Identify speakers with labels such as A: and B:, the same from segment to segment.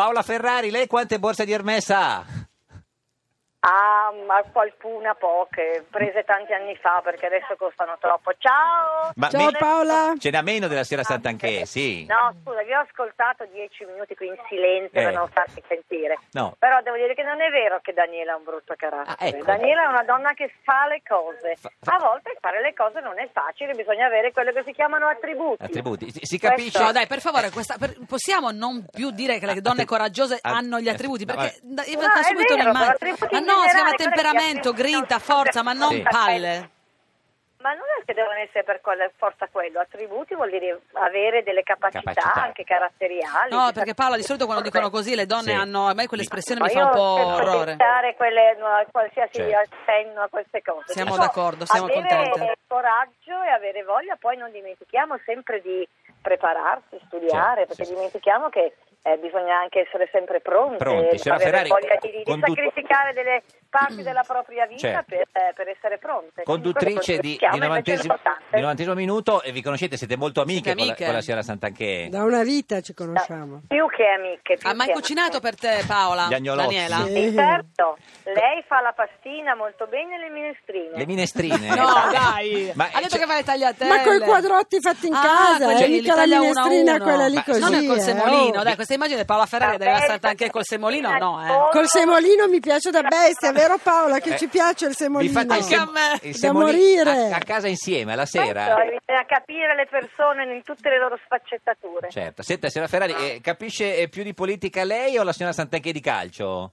A: Paola Ferrari, lei quante borse di Hermès ha?
B: Ah, ma qualcuna poche, prese tanti anni fa perché adesso costano troppo. Ciao!
A: Ma
C: Ciao
A: me-
C: Paola.
A: Ce n'ha meno della Sera Sant'Anché, sì.
B: No, scusa, vi ho ascoltato dieci minuti qui in silenzio
A: Eh.
B: per non farmi sentire.
A: No.
B: Però devo dire che non è vero che Daniela ha un brutto carattere.
A: Ah, ecco.
B: Daniela è una donna che fa le cose.
A: Fa- fa-
B: A volte fare le cose non è facile, bisogna avere quello che si chiamano attributi.
A: Attributi. Si- si
B: Questo-
A: capisce-
C: No, dai, per
D: Eh.
C: favore, questa- per- possiamo non più dire che le donne
A: Attri-
C: coraggiose
A: att-
C: hanno
D: eh,
C: gli attributi,
A: no,
C: perché da- io
B: No,
C: da
B: è
C: subito
B: vero,
C: ne immagino-
B: attributi
C: Ma
B: in
C: no, si chiama
B: generale, quello che
C: temperamento,
B: ti attribuiscono
C: grinta, forza, ma non
A: Sì.
C: palle.
B: Ma non è che devono essere per quella- forza quello, attributi vuol dire avere delle capacità,
A: Capacità.
B: anche caratteriali.
C: No, perché Paola di solito quando dicono così le donne
A: Sì.
C: hanno, a me quell'espressione
B: Ma
C: mi fa un
B: io
C: po'
B: cerco di
C: orrore.
B: evitare quelle, no, a qualsiasi
A: Certo.
B: accenno a queste cose.
C: Siamo
B: Però
C: d'accordo, siamo
B: avere
C: contente.
B: coraggio e avere voglia, poi non dimentichiamo sempre di prepararsi, studiare,
A: Certo,
B: perché
A: sì.
B: dimentichiamo che eh, bisogna anche essere sempre pronti, eh,
A: Pronti, signora
B: avere
A: Ferrari,
B: voglia di, di
A: condu-
B: sacrificare delle parti della propria vita
A: Certo.
B: per, eh, per essere pronte.
A: Conduttrice di, di, 90esimo, di 90esimo minuto e vi conoscete, siete molto amiche,
C: Siete
A: con la,
C: amiche?
A: con la Sera Sant'Anché.
D: Da una vita ci conosciamo.
B: Più che amiche. più
C: Ha mai
B: che
C: Ah, cucinato
B: amiche.
C: per te Paola?
A: Gli agnolotti.
C: Daniela?
D: Sì.
B: Sì, certo, lei fa la pastina molto bene e le minestrine.
A: Le minestrine.
C: No, dai.
A: Ma-
C: ha detto
A: cioè-
C: che fa le tagliatelle.
D: Ma coi quadrotti fatti in
C: Ah,
D: casa,
C: quelli
D: eh,
C: che li
D: mica la
C: taglia uno a
D: minestrina
C: uno.
D: quella lì
C: Ma
D: così,
C: Non è col
D: eh,
C: semolino,
D: oh.
C: dai, questa immagine di Paola Ferrari deve
B: Vabbè,
C: essere stata anche col semolino, no, eh.
B: Oh,
D: Col semolino mi piace da bestia, vero Paola? Che
A: Eh,
D: ci piace il
A: Vi
D: semolino?
A: fate il,
C: Anche a me.
A: il
D: Da
A: semolino
D: morire.
A: A, a casa insieme, alla
B: Questo,
A: sera.
B: Bisogna capire le persone in tutte le loro sfaccettature.
A: Certo. Senta, signora Ferrari, eh, capisce eh, più di politica lei o la signora Sant'Anché di calcio?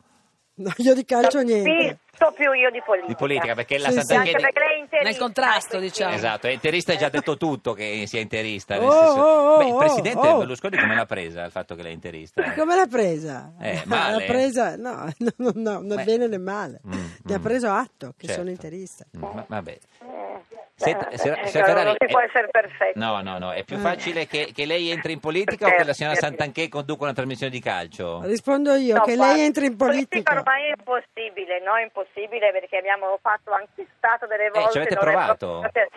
D: No, io di calcio niente.
B: Visto più io di politica.
A: Di politica, perché la
D: Sì, sì.
A: Sant'Anché...
B: Anche perché lei è interista,
C: Nel contrasto,
B: quindi-
C: diciamo.
A: Esatto, è interista e ha già detto tutto che sia interista. nel
D: Oh,
A: senso-
D: oh, oh,
A: Beh, il
D: oh,
A: presidente
D: oh.
A: Berlusconi come l'ha presa il fatto che lei è interista?
D: Come l'ha presa?
A: Eh,
D: l'ha
A: male.
D: presa, no, no, no, no, né
A: Beh.
D: bene né male.
A: Mm,
D: Ne ha
A: mm.
D: preso atto che
A: Certo.
D: sono interista.
A: Mm, ma- vabbè.
B: Eh,
A: Esatto. Senta,
B: eh,
A: signora-
B: eh,
A: signora Ferrari,
B: non si può
A: eh,
B: essere perfetti.
A: No, no, no, è
D: Mm.
A: più facile che, che lei entri in politica o
B: Certo,
A: che la signora
B: certo.
A: Santanché conduca una trasmissione di calcio?
D: Rispondo io,
B: No,
D: che
B: guarda,
D: lei entra in politica.
B: ormai è impossibile, no? È impossibile perché abbiamo fatto anche stato delle volte.
A: Eh, ci avete
B: non è
A: provato?
B: proprio- Cioè,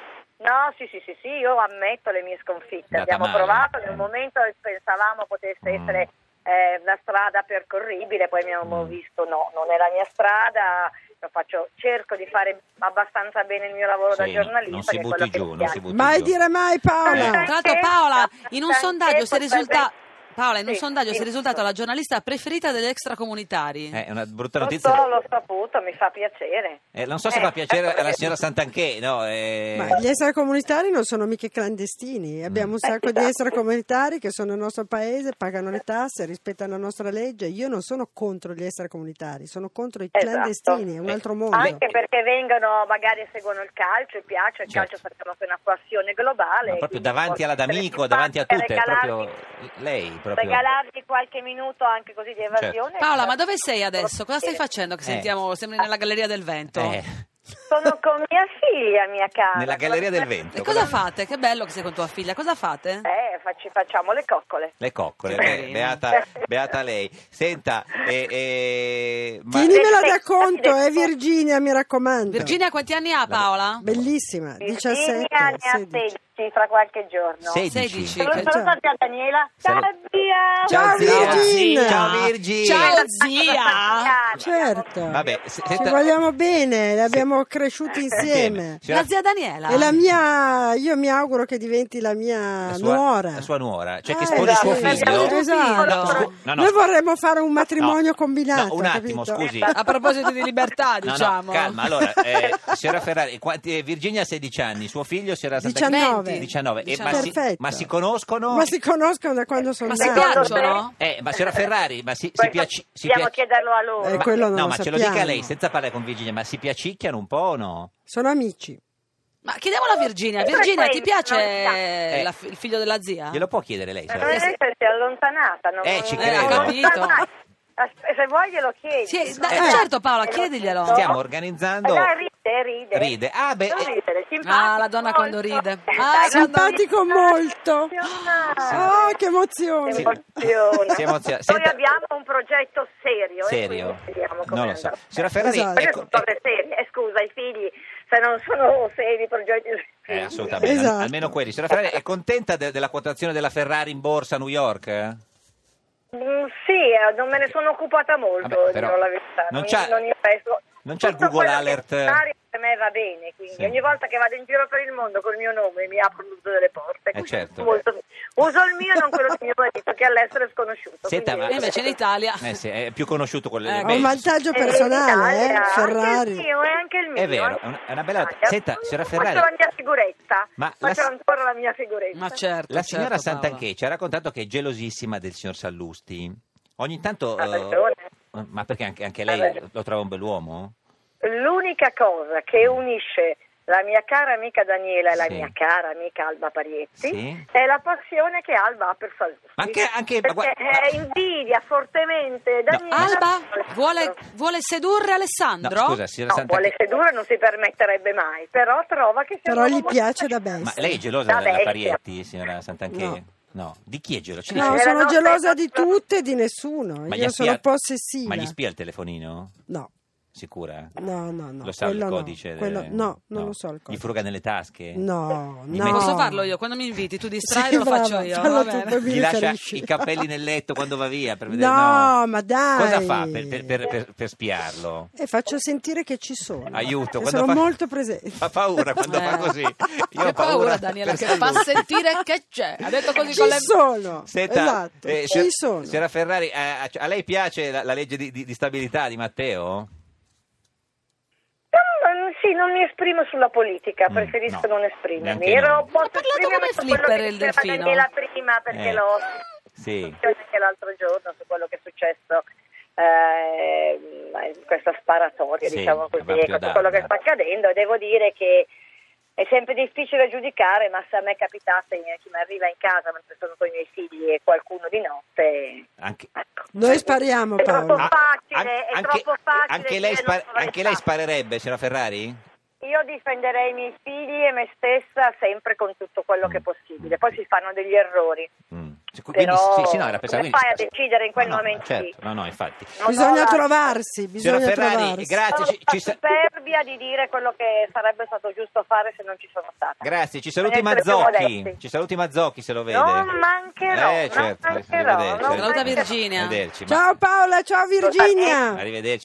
B: No, sì, sì, sì, sì, io ammetto le mie sconfitte.
A: Data
B: abbiamo
A: male.
B: provato, nel momento pensavamo potesse
A: Mm.
B: essere eh, una strada percorribile, poi abbiamo
A: Mm.
B: visto no, non è la mia strada. Lo faccio, cerco di fare abbastanza bene il mio lavoro da
A: Sì, no-
B: giornalista.
A: non si
B: che è
A: butti
B: quello che
A: giù,
B: mi
A: non si
B: piace.
A: butti
D: Mai
A: giù.
D: dire mai Paola.
A: Eh.
C: Tra l'altro Paola, in un
B: Sant'Anche
C: sondaggio si è
B: potrebbe-
C: risulta- Paola, in un
B: Sì,
C: sondaggio si è
B: sì.
C: risultata la giornalista preferita degli extracomunitari.
A: Eh, È una brutta
B: Lo
A: notizia.
B: so, l'ho saputo, mi fa piacere.
A: Eh, non so se
B: Eh,
A: fa piacere
B: ecco
A: alla
B: perché-
A: signora Santanché, no? eh,
D: Ma gli extracomunitari non sono mica clandestini, abbiamo un
B: Eh,
D: sacco di
B: esatto.
D: extracomunitari che sono nel nostro paese, pagano le tasse, rispettano la nostra legge. Io non sono contro gli extracomunitari, sono contro i
B: Esatto.
D: clandestini, è un altro mondo.
B: Anche perché vengono, magari seguono il calcio e piace, il
A: Certo.
B: calcio facciamo anche una passione globale.
A: ma proprio
B: quindi
A: davanti
B: può
A: alla
B: essere
A: D'Amico,
B: simpatico
A: davanti a tutte, è
B: regalargli-
A: proprio lei. Proprio. Certo.
B: Regalargli qualche minuto anche così di evasione.
C: Paola, ma dove sei adesso? Cosa stai facendo? Che
A: Eh.
C: sentiamo, sembri nella Galleria del Vento.
A: Eh,
B: Sono con mia figlia, mia cara.
A: nella Galleria del
C: E
A: Vento.
C: cosa fate? Che bello che sei con tua figlia. Cosa fate?
B: Eh, facci- facciamo le coccole.
A: Le coccole,
C: Che
A: beh,
C: carina.
A: beata, beata lei. Senta, eh, eh, ma-
D: Tienimela da
B: Perfetto,
D: conto, eh
B: perfetto.
D: Virginia, mi raccomando.
C: Virginia, quanti anni ha Paola? Ah,
D: Bellissima, 17,
B: Virginia ne ha
D: 16.
B: 16 fra qualche giorno.
A: Sei-
C: 16.
A: eh,
B: Saluto-
D: Ciao.
B: saluto a Daniela.
A: Salu-
B: Ciao, zia.
D: Ciao,
A: zia.
D: Virginia.
A: Ah, Ciao Virgi.
C: Ciao zia!
B: Ciao,
D: Certo,
A: Vabbè, se-
D: ci
A: senta-
D: vogliamo bene, le abbiamo cresciute
A: Bene.
D: insieme.
A: Signora-
C: La zia Daniela.
D: E la mia, io mi auguro che diventi la mia
A: la sua
D: nuora.
A: la sua nuora, cioè che
D: Eh,
A: sposi
B: esatto,
A: suo
B: esatto.
A: figlio.
D: Esatto.
C: No,
A: scu- no, no,
D: Noi
A: scu-
D: vorremmo fare un matrimonio
A: no,
D: combinato.
A: no, un attimo,
D: capito?
A: scusi.
C: A proposito di
A: No,
C: libertà,
A: no,
C: diciamo.
A: calma, allora, eh, signora Ferrari, quanti- eh, Virginia ha 16 anni, suo figlio si era
D: 19.
A: 19. Eh, ma, si,
D: Perfetto.
A: ma si conoscono?
D: Ma si conoscono da quando sono
C: diciamo- Ma si
D: nati.
C: piacciono?
A: Eh, ma signora Ferrari, ma si, si
B: Questo
A: piaci- si
B: dobbiamo
A: piaci-
B: chiederlo a loro.
D: Eh,
A: ma-
D: quello non
A: no,
D: lo
A: ma ce lo
D: sappiamo.
A: dica lei senza parlare con Virginia, ma si piacicchiano un po' o no?
D: Sono amici.
C: Ma chiediamolo a Virginia. Virginia, ti piace
A: Eh.
C: la fi- il figlio della zia?
A: Glielo può chiedere lei?
B: Ma
A: signora
B: non è
A: Ferrari?
B: che si è allontanata. Non,
A: Eh, ci
B: non-
A: credo.
B: non-
A: Eh, ho
C: capito.
B: non- Aspe- Se vuoi glielo chiedi.
C: Sì,
B: Eh,
C: da-
A: Eh.
C: certo Paola,
B: eh,
C: chiediglielo.
B: lo-
A: Stiamo organizzando...
B: Eh, dai, ride, ride.
A: Ride. Ah, beh,
B: Non
A: eh.
B: ridere, simpatico
C: Ah, la donna quando
B: molto.
C: ride.
B: Eh,
C: Ah,
B: dai,
D: simpatico
B: quando
D: molto.
B: ride, emoziona.
D: Oh, che emozione.
A: Sì.
B: Emoziona.
A: Si emoziona.
B: Noi
A: Senta-
B: abbiamo un progetto serio. eh,
A: Serio?
B: quindi vediamo come
A: Non lo so.
B: andrà.
A: Signora Ferrari,
D: Esatto.
B: Perché
A: ecco,
B: sono cose serie. Eh, scusa, i figli, se non sono seri progetti
A: Eh, assolutamente,
D: Esatto.
A: Eh, al- almeno quelli. Signora Ferrari, è contenta de- della quotazione della Ferrari in borsa a New York?
B: Mm, sì, eh, non me ne sono occupata molto,
A: Vabbè, però
B: dirò la verità.
A: non
B: Non,
A: c'ha-
B: non investo.
A: non c'ha il
B: Tutto
A: Google
B: quello che
A: Alert.
B: è necessario Per me va bene, quindi
A: Sì.
B: ogni volta che vado in giro per il mondo col mio nome mi aprono tutte le porte.
A: Eh, certo.
B: Molto- uso il mio e non quello di mio marito, che all'estero è sconosciuto.
A: Senta,
B: quindi-
A: ma-
C: E invece in Italia...
A: Eh sì, è più conosciuto quello
C: Ecco.
A: beh,
D: Ha un vantaggio personale,
B: Eh,
D: eh?
B: anche
D: Ferrari.
B: il mio, e anche il mio.
A: È vero,
B: anche
A: è una- è una bella-
B: l'Italia.
A: Senta, signora Ferrari-
B: Faccio la mia figurezza.
A: Ma la-
B: Faccio ancora la mia figurezza.
C: Ma certo,
A: La
C: certo,
A: signora
C: Paola.
A: Santanchè ci ha raccontato che è gelosissima del signor Sallusti. Ogni tanto...
B: Ha
A: eh,
B: ragione.
A: ma perché anche, anche
B: Ha
A: lei
B: ragione.
A: lo trova un bell'uomo?
B: L'unica cosa che unisce la mia cara amica Daniela e la
A: Mm. Sì.
B: mia cara amica Alba Parietti
A: Sì.
B: è la passione che Alba ha per Sallusti.
A: Ma anche- anche- ma
B: Perché
A: guarda-
B: eh, invidia fortemente Daniela.
C: Alba vuole, vuole sedurre
A: No,
C: Alessandro?
A: scusa, signora
B: No, vuole
A: Santanchè...
B: sedurre, non si permetterebbe mai, però trova che sia un
D: Però gli
B: uomo
D: piace da
B: molto-
A: Ma eh,
D: bestia.
A: lei è gelosa
B: Da
A: della
B: bestia.
A: Parietti, signora Santanchè?
D: No.
A: Di chi è gelosa? Ci
D: No,
A: dice?
B: Eh,
D: sono
B: no,
D: gelosa
B: aspetta.
D: di tutte e di nessuno.
A: Ma gli
D: Io
A: spia-
D: sono possessiva.
A: Ma gli spia il telefonino?
D: No,
A: Sicura?
D: no, no, no.
A: Lo sa
D: quello
A: il
D: no,
A: codice? de-
D: quello- No, non lo so il
A: Gli
D: codice.
A: fruga nelle tasche?
D: No,
A: Mi
D: no.
A: metto-
C: Posso farlo io? Quando mi inviti, tu distrai,
D: Sì,
C: lo faccio
D: brava,
C: io.
D: fallo
C: va
D: tu,
C: bene.
D: poi mi
A: Gli lascia
D: riferisci.
A: i capelli nel letto quando va via per vedere
D: No, ma dai.
A: Cosa fa per, per- per- per- per spiarlo?
D: E faccio sentire che ci sono.
A: Aiuto,
D: E
A: quando
D: sono
A: fa-
D: molto presente.
A: Fa paura quando
C: Eh.
A: fa così. Io ho
E: che paura,
A: paura
E: Daniela,
A: per
E: che fa
A: Sallusti.
E: sentire che c'è. Ha detto così
D: Ci
E: con le
D: sono.
A: Senta,
D: esatto.
A: eh,
D: ci
A: signor-
D: sono.
A: signora Ferrari, eh, a, a- a lei piace la, la legge di, di- di stabilità di Matteo?
B: No, non- sì, non mi esprimo sulla politica,
A: Mm,
B: preferisco
A: no,
B: non esprimermi.
A: neanche noi.
B: Ero
C: Ha parlato come Flipper il delfino.
B: Daniela prima perché
A: Eh,
B: l'ho
A: sì.
B: anche l'altro giorno su quello che è successo eh, in questa sparatoria,
A: Sì, va
B: diciamo così,
A: più
B: ecco, su
A: ad
B: quello che
A: Alba.
B: sta accadendo. Devo dire che è sempre difficile giudicare, ma se a me capitasse eh, chi mi arriva in casa mentre sono con i miei figli e qualcuno di notte,
A: Anche,
B: ecco.
D: Noi spariamo,
B: È troppo
D: Paolo.
A: Ah,
B: facile, è
A: an-
B: troppo facile
A: anche lei,
B: dire
A: spar-
B: non dovrei
A: anche lei
B: farlo.
A: sparerebbe, signora Ferrari?
B: Io difenderei i miei figli e me stessa sempre con tutto quello che è possibile. Poi si fanno degli errori.
A: Mm. Cioè, qui-
B: Però
A: quindi, sì, sì, no, era per-
B: come
A: quindi-
B: fai a decidere in quel
A: No, no,
B: momento lì?
A: Certo, no, no, infatti.
B: Non
D: Bisogna
B: ho la-
D: trovarsi. Bisogna
A: Signora Ferrari,
D: trovarsi.
A: grazie.
B: Sono
A: ci-
B: la
A: ci sa-
B: superbia di dire quello che sarebbe stato giusto fare se non ci sono stata.
A: Grazie, ci saluti
B: Bisogna essere più
A: Mazzocchi.
B: modesti.
A: Ci saluti Mazzocchi se lo vede.
B: Non mancherò,
A: Eh,
B: non
A: certo.
B: mancherò,
A: arrivederci.
B: non
C: Saluta
B: mancherò.
C: Virginia.
A: Arrivederci. ma- Eh,
D: Ciao Paola, ciao Virginia.
A: Arrivederci.